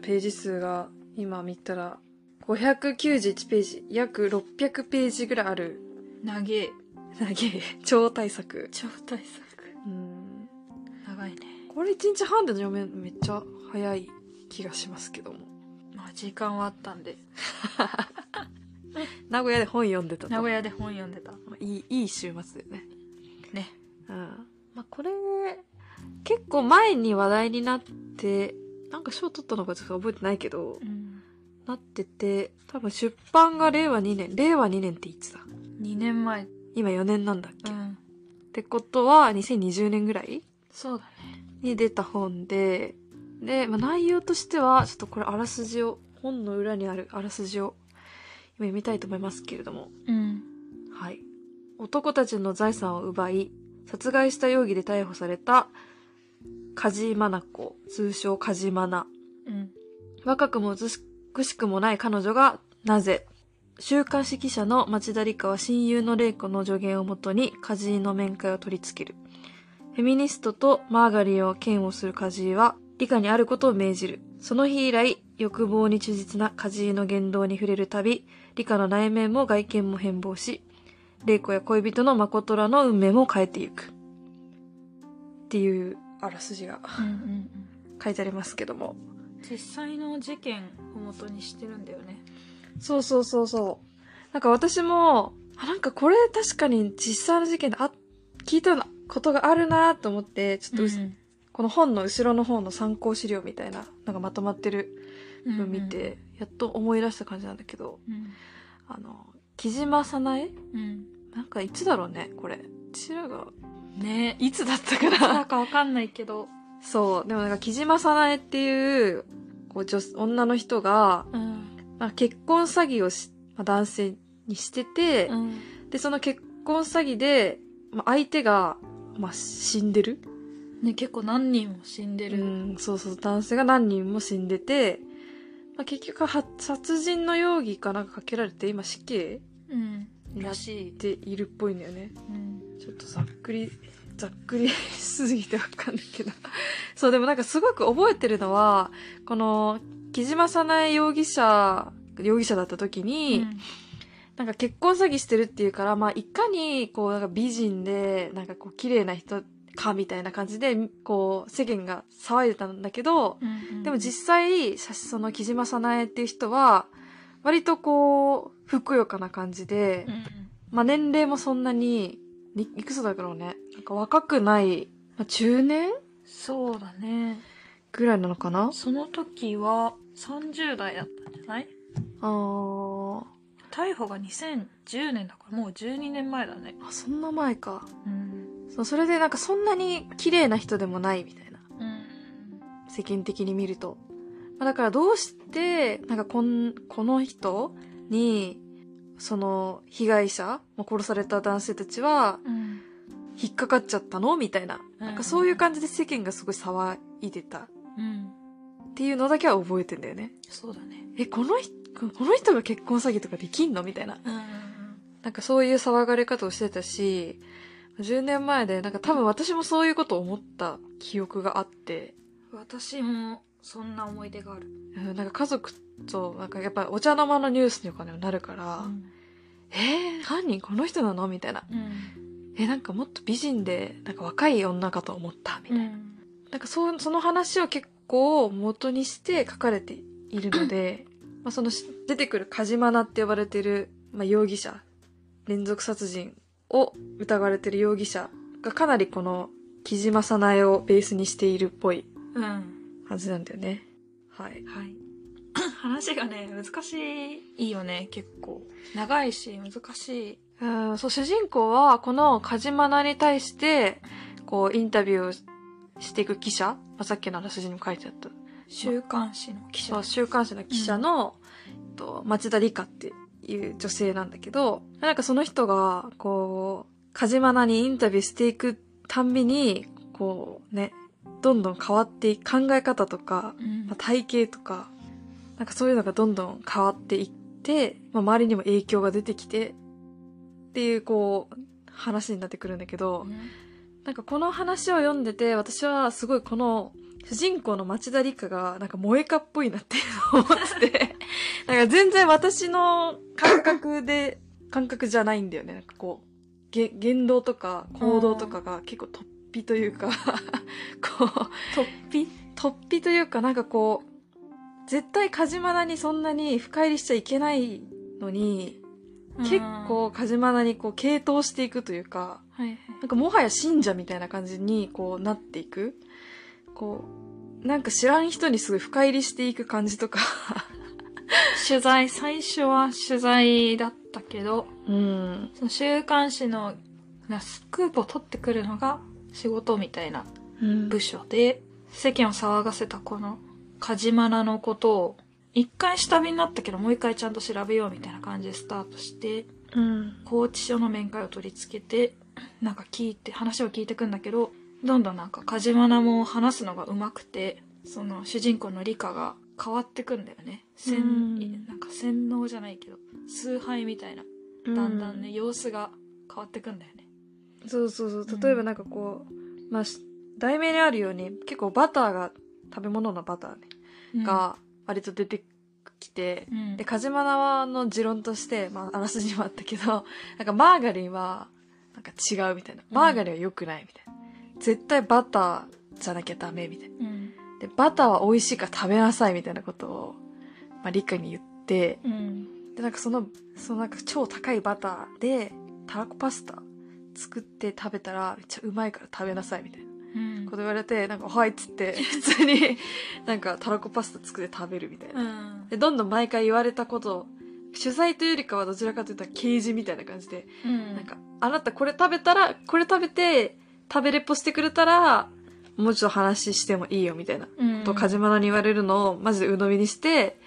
Speaker 2: ページ数が今見たら、591ページ、約600ページぐらいある、
Speaker 1: 長え。
Speaker 2: なげえ、超大作。
Speaker 1: 超大作。
Speaker 2: うん。
Speaker 1: 長いね。
Speaker 2: これ1日半で読め、めっちゃ早い気がしますけども。
Speaker 1: まあ時間はあったんで、
Speaker 2: 名古屋で本読んでたと
Speaker 1: 名古屋で本読んでた。
Speaker 2: まあいい、いい週末だよね。
Speaker 1: ね。
Speaker 2: うん。まあ、これ、結構前に話題になって、なんか賞取ったのかちょっと覚えてないけど、
Speaker 1: うん。
Speaker 2: なってて、多分出版が令和2年、令和2年っていつだ
Speaker 1: 2年前。
Speaker 2: 今4年なんだっけ、
Speaker 1: う
Speaker 2: っ
Speaker 1: ん。
Speaker 2: てことは、2020年ぐらい
Speaker 1: そうだね。
Speaker 2: に出た本で、で、まあ、内容としては、ちょっとこれあらすじを、本の裏にあるあらすじを、今読みたいと思いますけれども、
Speaker 1: うん。
Speaker 2: はい。男たちの財産を奪い、殺害した容疑で逮捕された、梶井真奈子、通称梶真奈。
Speaker 1: うん。
Speaker 2: 若くも美しくもない彼女が、なぜ週刊誌記者の町田理香は親友の玲子の助言をもとに、梶井の面会を取り付ける。フェミニストとマーガリンを嫌悪する梶井は、理香にあることを命じる。その日以来、欲望に忠実な梶井の言動に触れるたび、理香の内面も外見も変貌し、玲子や恋人の誠らの運命も変えていく。っていう、あらすじが
Speaker 1: うんうんうん。
Speaker 2: 書いてありますけども。
Speaker 1: 実際の事件を元にしてるんだよね。
Speaker 2: そうそうそうそう。なんか私も、あ、なんかこれ確かに実際の事件であ、聞いたようなことがあるなと思って、ちょっとうす、この本の後ろの方の参考資料みたいなのがまとまってるのを見て、やっと思い出した感じなんだけど、
Speaker 1: うん。
Speaker 2: あの、木島さなえ
Speaker 1: うん。
Speaker 2: なんかいつだろうね、これ。うちらが、
Speaker 1: ね
Speaker 2: いつだったか
Speaker 1: な
Speaker 2: な。
Speaker 1: んかわかんないけど。
Speaker 2: そう、でもなんか木島さなえっていう、こう女、女の人が、
Speaker 1: うん。
Speaker 2: まあ、結婚詐欺をし、まあ、男性にしてて、
Speaker 1: うん。
Speaker 2: で、その結婚詐欺で、まあ、相手が、まあ、死んでる、
Speaker 1: ね、結構何人も死んで
Speaker 2: う
Speaker 1: る。
Speaker 2: ん、そうそう、男性が何人も死んでて、まあ、結局は、殺人の容疑かなんかかけられて、今死刑
Speaker 1: うん。らしい。
Speaker 2: でいるっぽいんだよね。
Speaker 1: うん。
Speaker 2: ちょっとざっくり、ざっくり [LAUGHS] すぎてわかんないけど。そう、でもなんかすごく覚えてるのは、この、木島さなえ容疑者、容疑者だった時に、なんか結婚詐欺してるっていうから、まあいかにこうなんか美人で、なんかこう綺麗な人かみたいな感じで、こう世間が騒いでたんだけど、
Speaker 1: うん
Speaker 2: でも実際、写その木島さなえっていう人は、割とこう、ふくよかな感じで、
Speaker 1: うん
Speaker 2: まあ年齢もそんなに、いいくつだろうね。なんか若くない、まあ中年
Speaker 1: そうだね。
Speaker 2: ぐらいなのかな
Speaker 1: その時は30代だったんじゃない
Speaker 2: あー。
Speaker 1: 逮捕が2010年だからもう12年前だね
Speaker 2: あそんな前か
Speaker 1: うん
Speaker 2: そうそれでなんかそんなに綺麗な人でもないみたいな世間的に見ると、まあ、だからどうしてなんかこんこの人にその被害者、まあ、殺された男性たちは
Speaker 1: うん
Speaker 2: 引っかかっちゃったのみたいななんかそういう感じで世間がすごい騒いでた
Speaker 1: うん
Speaker 2: っていうのだけは覚えてんだよね
Speaker 1: そうだね
Speaker 2: えこの人この人が結婚詐欺とかできんのみたいな
Speaker 1: うん
Speaker 2: なんかそういう騒がれ方をしてたし、10年前で、なんか多分私もそういうことを思った記憶があって、
Speaker 1: 私もそんな思い出がある
Speaker 2: うんなんか家族と、なんかやっぱお茶の間のニュースにかなるから、えー、犯人この人なのみたいな。
Speaker 1: うん
Speaker 2: え、なんかもっと美人で、なんか若い女かと思った、みたいな。なんかそう、その話を結構元にして書かれているので、まあそのし出てくるカジマナって呼ばれてる、まあ容疑者、連続殺人を疑われてる容疑者がかなりこの木島さなえをベースにしているっぽい
Speaker 1: うん
Speaker 2: はずなんだよね。はい。
Speaker 1: はい [COUGHS] 話がね難しいいいよね結構長いし難しい
Speaker 2: うん、そう、主人公はこのカジマナに対して、こうインタビューをしていく記者、まあ、さっきのあらすじにも書いてあった
Speaker 1: 週刊誌の記
Speaker 2: そ
Speaker 1: 者
Speaker 2: う週刊誌の記者の、えっと町田理香っていう女性なんだけどなんかその人がこうカジマナにインタビューしていくたんびにこうねどんどん変わってい考え方とか、
Speaker 1: うん
Speaker 2: まあ体型とかなんかそういうのがどんどん変わっていって、まあ、周りにも影響が出てきてっていうこう話になってくるんだけど、なんかこの話を読んでて、私はすごいこの主人公の町田理香がなんか萌えかっぽいなって思ってて、なんか全然私の感覚で、感覚じゃないんだよね。なんかこう、げ言動とか行動とかが結構突飛というか、こう、
Speaker 1: 突飛
Speaker 2: 突飛というかなんかこう、絶対カジマナにそんなに深入りしちゃいけないのに、結構カジマナにこう傾倒していくというか、
Speaker 1: はいはい
Speaker 2: なんかもはや信者みたいな感じにこうなっていく。こう、なんか知らん人にすごい深入りしていく感じとか。
Speaker 1: 取材最初は取材だったけど
Speaker 2: うん。
Speaker 1: その週刊誌のなスクープを取ってくるのが仕事みたいな部署で世間を騒がせたこのカジマナのことを一回下火になったけどもう一回ちゃんと調べようみたいな感じでスタートして
Speaker 2: うん。
Speaker 1: 拘置所の面会を取り付けてなんか聞いて話を聞いてくんだけどどんどんなんかカジマナも話すのが上手くてその主人公のリカが変わってくんだよね洗
Speaker 2: うん
Speaker 1: なんか洗脳じゃないけど崇拝みたいなだんだんね、。様子が変わってくんだよね
Speaker 2: そうそうそう。例えばなんかこう、まあ、し題名にあるように結構バターが、食べ物のバターね、が割と出てきて、
Speaker 1: うん
Speaker 2: で、カジマナの持論として、まあ、あらすじにもあったけど、 [LAUGHS] なんかマーガリンは、なんか違うみたいな。マーガリンは良くないみたいな。絶対バターじゃなきゃダメみたいな。
Speaker 1: うん
Speaker 2: で、バターは美味しいから食べなさいみたいなことを、まあ、理科に言って、
Speaker 1: うん
Speaker 2: で、なんかその、そのなんか超高いバターで、たらこパスタ作って食べたら、めっちゃうまいから食べなさいみたいな
Speaker 1: うん
Speaker 2: こと言われて、なんか、はいっつって、普通になんかたらこパスタ作って食べるみたいな
Speaker 1: う。ん
Speaker 2: で、どんどん毎回言われたことを、取材というよりかはどちらかというと刑事みたいな感じで、
Speaker 1: うん
Speaker 2: なんか、あなたこれ食べたら、これ食べて、食べレポしてくれたら、もうちょっと話してもいいよみたいなことをカジマナに言われるのをマジで鵜呑みにして、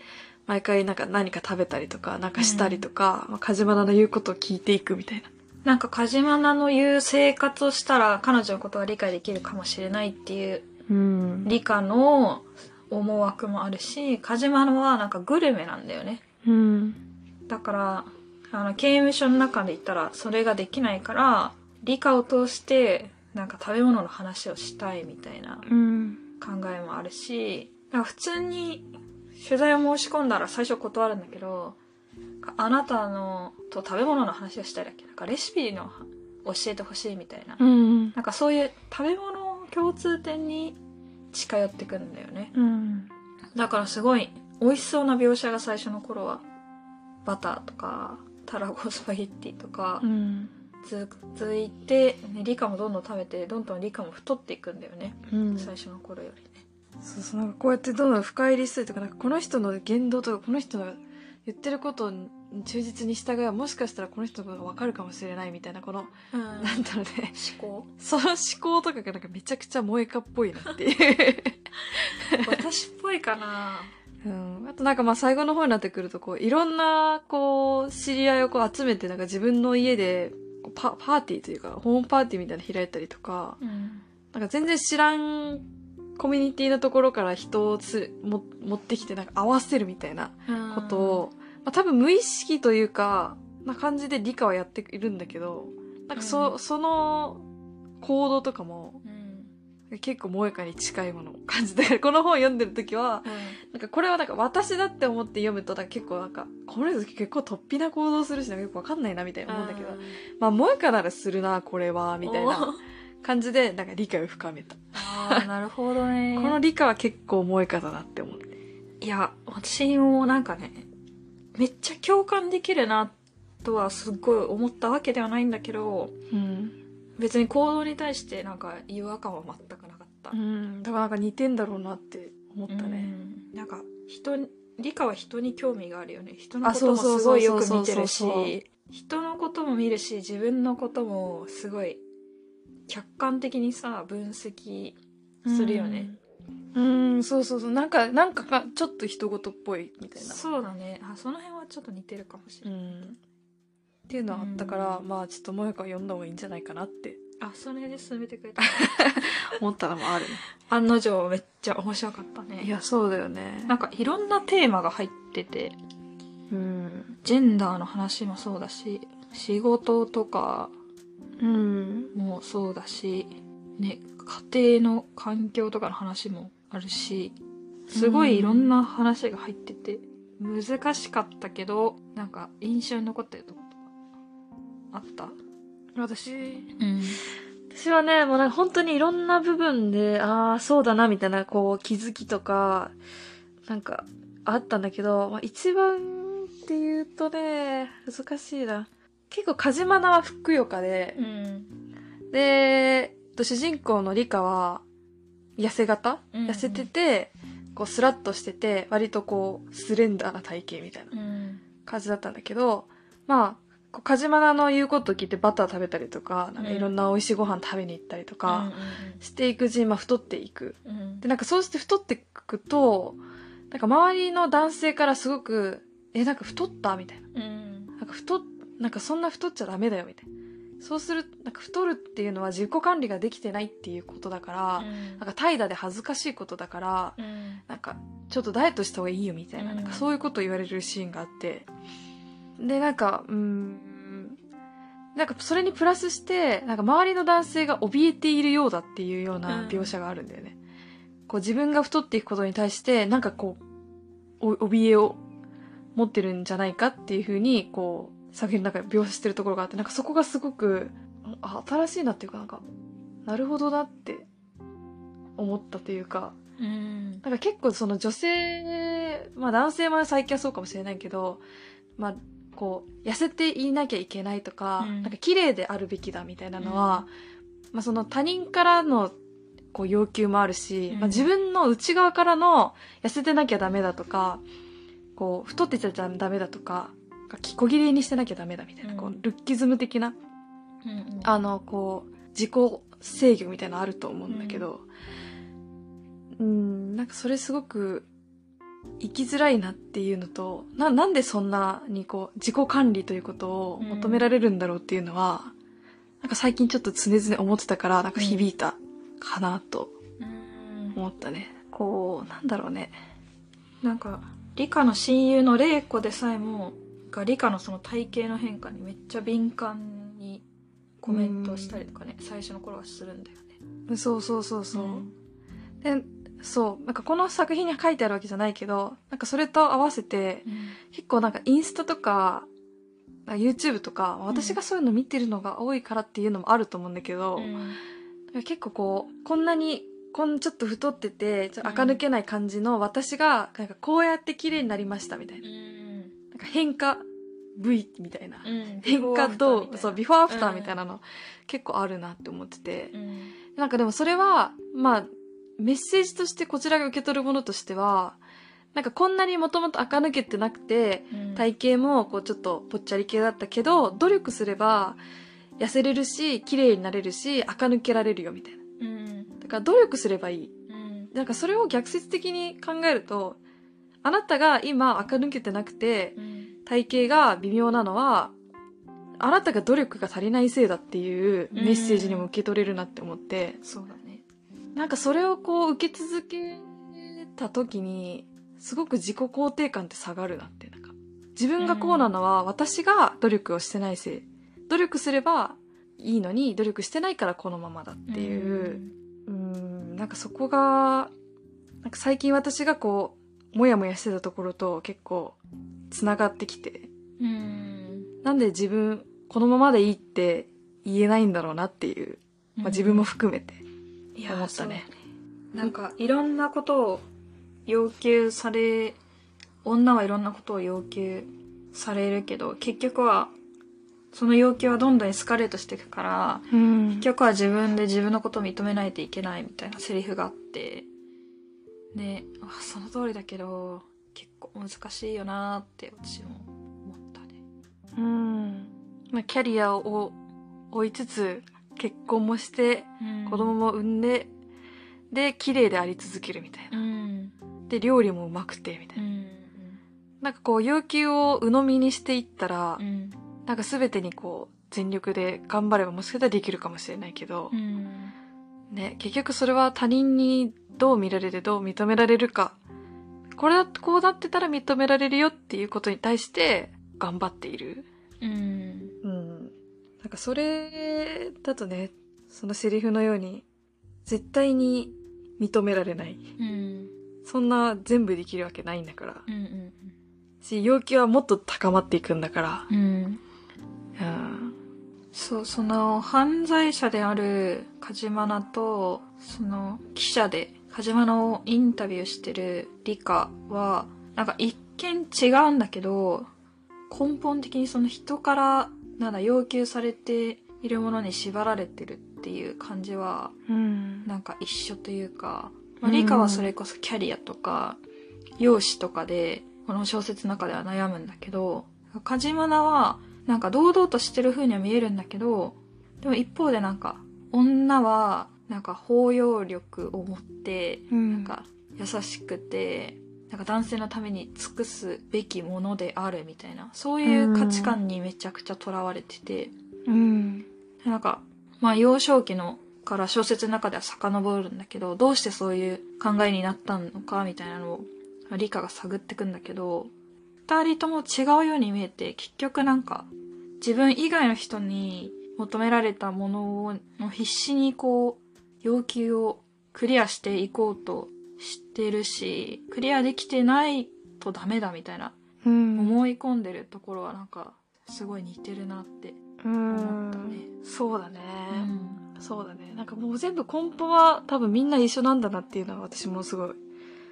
Speaker 2: 毎回なんか何か食べたりとか、なんかしたりとか、まあカジマナの言うことを聞いていくみたいな。
Speaker 1: なんか、カジマナの言う生活をしたら、彼女のことは理解できるかもしれないっていう、
Speaker 2: うん。
Speaker 1: 理科の思惑もあるし、カジマナはなんかグルメなんだよね。
Speaker 2: うん。
Speaker 1: だから、あの、刑務所の中で言ったら、それができないから、理科を通して、なんか食べ物の話をしたいみたいな
Speaker 2: うん。
Speaker 1: 考えもあるし、なんか普通に取材を申し込んだら最初断るんだけど、あなたのと食べ物の話をしたいだっけなんかレシピの教えてほしいみたいな。
Speaker 2: うん。
Speaker 1: なんかそういう食べ物の共通点に近寄ってくるんだよね。
Speaker 2: うん。
Speaker 1: だからすごい美味しそうな描写が最初の頃は、バターとか、タラゴスパゲッティとか
Speaker 2: うん。
Speaker 1: 続いて、ね、リカもどんどん食べて、どんどんリカも太っていくんだよね。
Speaker 2: うん。
Speaker 1: 最初の頃よりね。
Speaker 2: そうそうなんかこうやってどんどん深入りしたりとかなんかこの人の言動とかこの人の言ってること忠実に従えばもしかしたらこの人の方がわかるかもしれないみたいなこの、
Speaker 1: うん
Speaker 2: なんだろうね
Speaker 1: 思考
Speaker 2: その思考とかがなんかめちゃくちゃ萌えかっぽいなっていう、
Speaker 1: 私っぽいかな
Speaker 2: うん、あとなんかまあ最後の方になってくるとこういろんなこう知り合いをこう集めてなんか自分の家でこうパパーティーというかホームパーティーみたいなの開いたりとか
Speaker 1: うん
Speaker 2: なんか全然知らんコミュニティのところから人をつも持ってきてなんか合わせるみたいなことを、まあ、多分無意識というかな感じで理科はやっているんだけどなんかそ,、
Speaker 1: うん
Speaker 2: その行動とかも
Speaker 1: うん
Speaker 2: 結構萌えかに近いものを感じてこの本読んで [LAUGHS] る時はなんかこれはなんか私だって思って読むとなんか結構なんかこれ結構突飛な行動するしなんかよくわかんないなみたいな思うんだけど
Speaker 1: あー
Speaker 2: まあ萌えかならするなこれはみたい
Speaker 1: お
Speaker 2: な
Speaker 1: ー
Speaker 2: 感じでなんか理解を深めた。
Speaker 1: あーなるほど [LAUGHS] ね
Speaker 2: この理科は結構萌えかだなって思って。
Speaker 1: いや私もなんかねめっちゃ共感できるなとはすっごい思ったわけではないんだけど
Speaker 2: うん。
Speaker 1: 別に行動に対してなんか違和感は全くなかった、
Speaker 2: うん。だからなんか似てんだろうなって思ったね。
Speaker 1: うんなんか人に理科は人に興味があるよね人の
Speaker 2: あ
Speaker 1: ことも
Speaker 2: そうそう
Speaker 1: すごい
Speaker 2: そ
Speaker 1: よ
Speaker 2: う
Speaker 1: く見てる
Speaker 2: そうそうそう
Speaker 1: し人のことも見るし自分のこともすごい客観的にさ分析するよね、。
Speaker 2: うん、そうそうそう。なんか、なんかか、ちょっと人事っぽいみたいな。
Speaker 1: そうだねあその辺はちょっと似てるかもしれない、
Speaker 2: ん。っていうのはあったから、
Speaker 1: う
Speaker 2: まあちょっと萌えか読んだ方がいいんじゃないかなって
Speaker 1: あそれで進めてくれた
Speaker 2: 思ったのもあるね。
Speaker 1: 案の定めっちゃ面白かったね
Speaker 2: いや、そうだよね。
Speaker 1: なんかいろんなテーマが入ってて
Speaker 2: うん。
Speaker 1: ジェンダーの話もそうだし仕事とか
Speaker 2: うん。
Speaker 1: もそうだし、ね、家庭の環境とかの話もあるし、すごいいろんな話が入ってて、難しかったけど、なんか印象に残ってるとことか、あった
Speaker 2: 私、
Speaker 1: うん。
Speaker 2: 私はね、もうなんか本当にいろんな部分で、ああ、そうだな、みたいな、こう、気づきとか、なんか、あったんだけど、まあ、一番っていうとね、難しいな。結構、カジマナはふくよかで、
Speaker 1: うん。
Speaker 2: で、と主人公のリカは、痩せ型、
Speaker 1: うんうん
Speaker 2: 痩せてて、こう、スラッとしてて、割とこう、スレンダーな体型みたいな
Speaker 1: うん。
Speaker 2: 感じだったんだけど、まあ、こうカジマナの言うことを聞いてバター食べたりとか、なんかいろんな美味しいご飯食べに行ったりとか、
Speaker 1: か、
Speaker 2: していくうちに、まあ、太っていく。
Speaker 1: うん
Speaker 2: で、なんかそうして太っていくと、なんか周りの男性からすごく、え、なんか太ったみたいな。
Speaker 1: うん。
Speaker 2: なんか太っ、なんかそんな太っちゃダメだよみたいな。そうする、なんか太るっていうのは自己管理ができてないっていうことだから、なんか怠惰で恥ずかしいことだから、
Speaker 1: うん。
Speaker 2: なんかちょっとダイエットした方がいいよみたいな、
Speaker 1: うん
Speaker 2: なんかそういうことを言われるシーンがあって。で、なんか、うーん、なんかそれにプラスして、なんか周りの男性が怯えているようだっていうような描写があるんだよね。こう自分が太っていくことに対して、なんかこう、お怯えを持ってるんじゃないかっていうふうに、こう、作品の中で描写してるところがあって、なんかそこがすごく、あ新しいなっていうか、なんか、なるほどなって思ったというか、
Speaker 1: うん。
Speaker 2: なんか結構その女性、まあ男性も最近はそうかもしれないけど、まあこう、痩せていなきゃいけないとか、
Speaker 1: うん
Speaker 2: なんか綺麗であるべきだみたいなのは、まあその他人からのこう要求もあるし、
Speaker 1: うん
Speaker 2: まあ自分の内側からの痩せてなきゃダメだとか、こう、太ってちゃダメだとか、なんか小切れにしてなきゃダメだみたいな、
Speaker 1: うん
Speaker 2: こう、ルッキズム的な
Speaker 1: うん
Speaker 2: あの、こう、自己制御みたいなのあると思うんだけど、うん、なんかそれすごく、生きづらいなっていうのと、な、なんでそんなにこう、自己管理ということを求められるんだろうっていうのは、なんか最近ちょっと常々思ってたから、なんか響いたかなと
Speaker 1: うん
Speaker 2: 思ったね。こう、なんだろうね。
Speaker 1: なんか理科の親友の玲子でさえもが理科のその体型の変化にめっちゃ敏感にコメントしたりとかね最初の頃はするんだよね
Speaker 2: そうそうそう
Speaker 1: そ
Speaker 2: そうう。で、そう、なんかこの作品には書いてあるわけじゃないけど、なんかそれと合わせて、結構なんかインスタとか、なんか YouTube とか、私がそういうの見てるのが多いからっていうのもあると思うんだけど、結構こう、こんなに、こんちょっと太ってて、ちょっと垢抜けない感じの私が、なんかこうやって綺麗になりましたみたいな。なんか変化部位みたいな。変化と、そう、ビフォーアフターみたいなの、結構あるなって思ってて。なんかでもそれは、まあ、メッセージとしてこちらが受け取るものとしては、なんかこんなにもともと垢抜けてなくて、体型もこうちょっとぽっちゃり系だったけど、努力すれば痩せれるし、綺麗になれるし、垢抜けられるよみたいな。
Speaker 1: うん。
Speaker 2: だから努力すればいい。
Speaker 1: うん。
Speaker 2: なんかそれを逆説的に考えると、あなたが今垢抜けてなくて、
Speaker 1: うん。
Speaker 2: 体型が微妙なのは、あなたが努力が足りないせいだっていうメッセージにも受け取れるなって思って、
Speaker 1: そうだね。
Speaker 2: なんかそれをこう受け続けた時に、すごく自己肯定感って下がるなって、なんか。自分がこうなのは私が努力をしてないせい。努力すればいいのに、努力してないからこのままだっていう。うーん、なんかそこが、なんか最近私がこう、もやもやしてたところと結構繋がってきて、
Speaker 1: うん。うん。
Speaker 2: なんで自分、このままでいいって言えないんだろうなっていう、まあ自分も含めて
Speaker 1: いや
Speaker 2: 思ったね。。
Speaker 1: そうなんかいろんなことを要求され、女はいろんなことを要求されるけど、結局はその要求はどんどんエスカレートしていくから、
Speaker 2: うん
Speaker 1: 結局は自分で自分のことを認めないといけないみたいなセリフがあって、ね、あその通りだけど、結構難しいよなーって私も思ったね。
Speaker 2: うんまあ、キャリアを追いつつ結婚もして子供も産んで、で綺麗であり続けるみたいな
Speaker 1: うん。
Speaker 2: で料理もうまくてみたいうな、
Speaker 1: ん。
Speaker 2: なんかこう要求を鵜呑みにしていったら、
Speaker 1: うん。
Speaker 2: なんか全てにこう全力で頑張ればもしかしたらできるかもしれないけど
Speaker 1: う、ん。
Speaker 2: ね結局それは他人にどう見られてどう認められるかこれだこうなってたら認められるよっていうことに対して頑張っている
Speaker 1: うん。
Speaker 2: うん。なんかそれだとね、そのセリフのように、絶対に認められない。
Speaker 1: うん。
Speaker 2: そんな全部できるわけないんだから。
Speaker 1: うん。
Speaker 2: し、要求はもっと高まっていくんだか
Speaker 1: うん。
Speaker 2: ら。うん。
Speaker 1: そう、その、犯罪者であるカジマナと、その、記者で、カジマナをインタビューしてるリカは、なんか一見違うんだけど、根本的にその人から、なんだ、要求されているものに縛られてるっていう感じは、
Speaker 2: うん。
Speaker 1: なんか一緒というか、まあ、理科はそれこそキャリアとか、容姿とかで、この小説の中では悩むんだけど、カジマナは、なんか堂々としてる風には見えるんだけど、でも一方でなんか、女は、なんか包容力を持って、
Speaker 2: うん
Speaker 1: なん、か優しくて、なんか男性のために尽くすべきものであるみたいな、そういう価値観にめちゃくちゃとらわれてて、
Speaker 2: うん。
Speaker 1: なんか、まあ幼少期のから小説の中では遡るんだけど、どうしてそういう考えになったのかみたいなのを、まあ理科が探ってくんだけど、二人とも違うように見えて、結局なんか、自分以外の人に求められたものを、の必死にこう、要求をクリアしていこうとしてるし、クリアできてないとダメだみたいな、
Speaker 2: うん。
Speaker 1: 思い込んでるところはなんか、すごい似てるなって思ったね。
Speaker 2: そうだね、
Speaker 1: うん
Speaker 2: そうだね。なんかもう全部根本は多分みんな一緒なんだなっていうのは私もすごい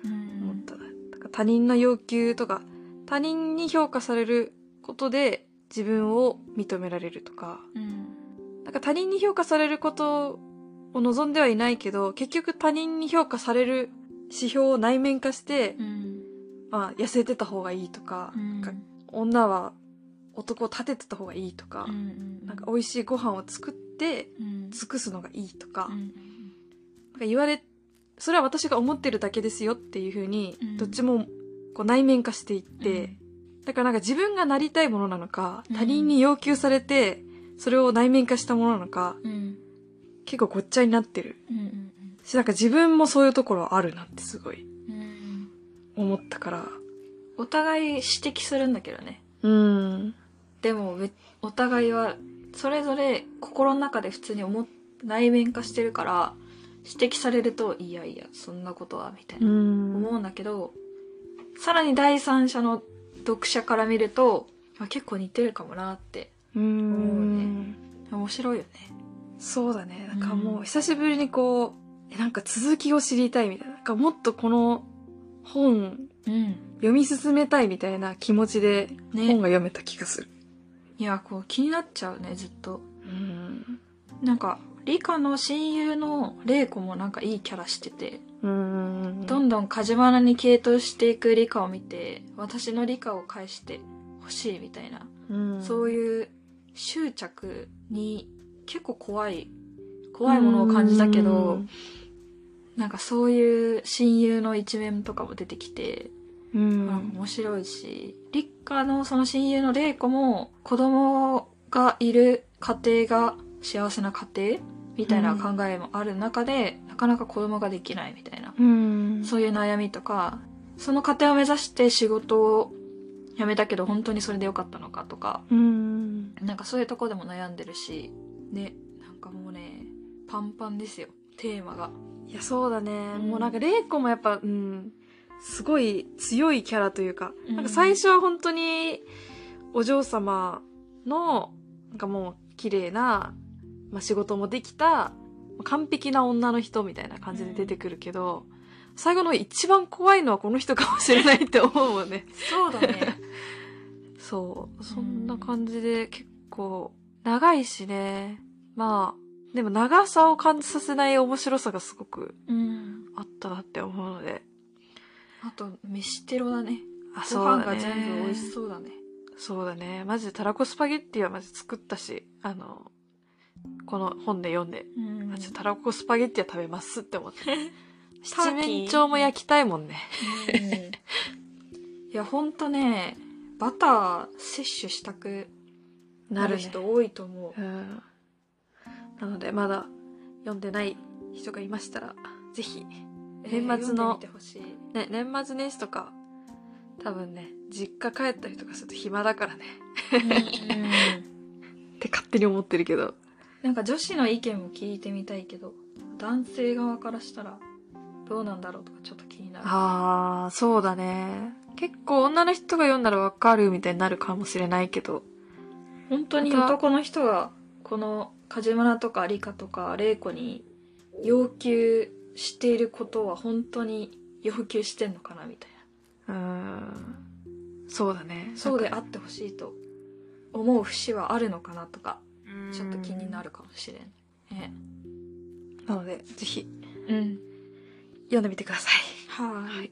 Speaker 2: 思ったな。だから他人の要求とか、他人に評価されることで自分を認められるとか、
Speaker 1: うん
Speaker 2: なんか他人に評価されることを望んではいないけど、結局他人に評価される指標を内面化して、
Speaker 1: うん
Speaker 2: まあ、痩せてた方がいいとか、なんか女は男を立ててた方がいいとか、なんか美味しいご飯を作って
Speaker 1: うん
Speaker 2: 尽くすのがいいとか、
Speaker 1: う
Speaker 2: なん
Speaker 1: ん
Speaker 2: か言われ、それは私が思ってるだけですよっていう風に
Speaker 1: うん、
Speaker 2: どっちもこう内面化していっ
Speaker 1: うん
Speaker 2: て、だからなんか自分がなりたいものなのか
Speaker 1: う、ん
Speaker 2: 他人に要求されて、それを内面化したものなのか、
Speaker 1: うん
Speaker 2: 結構ごっちゃになってる。
Speaker 1: うん
Speaker 2: し、なんか自分もそういうところあるなってすごい
Speaker 1: うん
Speaker 2: 思ったから。
Speaker 1: お互い指摘するんだけどね
Speaker 2: うん。
Speaker 1: でもべお互いはそれぞれ心の中で普通に思っ内面化してるから指摘されるといやいやそんなことはみたいな
Speaker 2: うん。
Speaker 1: 思うんだけど、さらに第三者の読者から見るとあ結構似てるかもなって
Speaker 2: うん。
Speaker 1: 面白いよね
Speaker 2: そうだね。なんかもう久しぶりにこう、えなんか続きを知りたいみたいな。なんかもっとこの本
Speaker 1: うん
Speaker 2: 読み進めたいみたいな気持ちで
Speaker 1: ね
Speaker 2: 本が読めた気がする。
Speaker 1: いやこう気になっちゃうねずっと
Speaker 2: うん。
Speaker 1: なんか、理科の親友の玲子もなんかいいキャラしてて、
Speaker 2: うん
Speaker 1: どんどん梶原に傾倒していく理科を見て、私の理科を返してほしいみたいな、
Speaker 2: うん
Speaker 1: そういう執着に結構怖い、怖いものを感じたけど、なんかそういう親友の一面とかも出てきて、
Speaker 2: うん、う
Speaker 1: なんか
Speaker 2: ん
Speaker 1: 面白いし、立花のその親友の玲子も子供がいる家庭が幸せな家庭みたいな考えもある中で、なかなか子供ができないみたいな、
Speaker 2: うん、
Speaker 1: そういう悩みとか、その家庭を目指して仕事を辞めたけど本当にそれでよかったのかとか、
Speaker 2: うん
Speaker 1: なんかそういうとこでも悩んでるし、ね、なんかもうね、パンパンですよ、テーマが。
Speaker 2: いや、そうだね。
Speaker 1: うん
Speaker 2: もうなんか、レイコもやっぱ、うん、すごい強いキャラというか、
Speaker 1: うん
Speaker 2: なんか最初は本当に、お嬢様の、なんかもう、綺麗な、まあ、仕事もできた、完璧な女の人みたいな感じで出てくるけど、最後の一番怖いのはこの人かもしれないって思うもんね。
Speaker 1: そうだね。
Speaker 2: そう。そんな感じで結構長いしね。まあ、でも長さを感じさせない面白さがすごく
Speaker 1: [LAUGHS] うん。
Speaker 2: あったなって思うので。
Speaker 1: あと、飯テロだね。
Speaker 2: あ、
Speaker 1: ご
Speaker 2: そう
Speaker 1: 飯
Speaker 2: だ
Speaker 1: が
Speaker 2: ね。
Speaker 1: 全部美味しそうだね。
Speaker 2: そうだね。マジでたらこスパゲッティはマジ作ったし、あの、この本で読んで、
Speaker 1: うん
Speaker 2: あちょっとたらこスパゲッティは食べますって
Speaker 1: [LAUGHS]
Speaker 2: 思って。
Speaker 1: タ
Speaker 2: 七
Speaker 1: ーキー
Speaker 2: 面鳥も焼きたいもんね。
Speaker 1: [LAUGHS] いや、ほんとね、バター摂取したくなる
Speaker 2: 人。
Speaker 1: 人多いと思う。
Speaker 2: うん。なので、まだ読んでない人がいましたら、ぜひ、
Speaker 1: えー
Speaker 2: 年末
Speaker 1: 読
Speaker 2: の
Speaker 1: んでみてほしい
Speaker 2: ね、年末年始とか、多分ね、実家帰ったりとかすると暇だからね。って勝手に思ってるけど。
Speaker 1: なんか女子の意見も聞いてみたいけど、男性側からしたらどうなんだろうとかちょっと気になる。
Speaker 2: ああ、そうだね。結構女の人が読んだらわかるみたいになるかもしれないけど。
Speaker 1: 本当に
Speaker 2: また
Speaker 1: 男の人がこの梶村とか理香とか玲子に要求していることは本当に要求してんのかなみたいな。
Speaker 2: うーん。そうだね。
Speaker 1: そうで
Speaker 2: なん
Speaker 1: あ
Speaker 2: か
Speaker 1: ってほしいと思う節はあるのかなとか、ちょっと気にな
Speaker 2: る。
Speaker 1: るかもしれん。ね、
Speaker 2: なので、ぜひ、
Speaker 1: うん。
Speaker 2: 読んでみてください。
Speaker 1: はーい。
Speaker 2: はい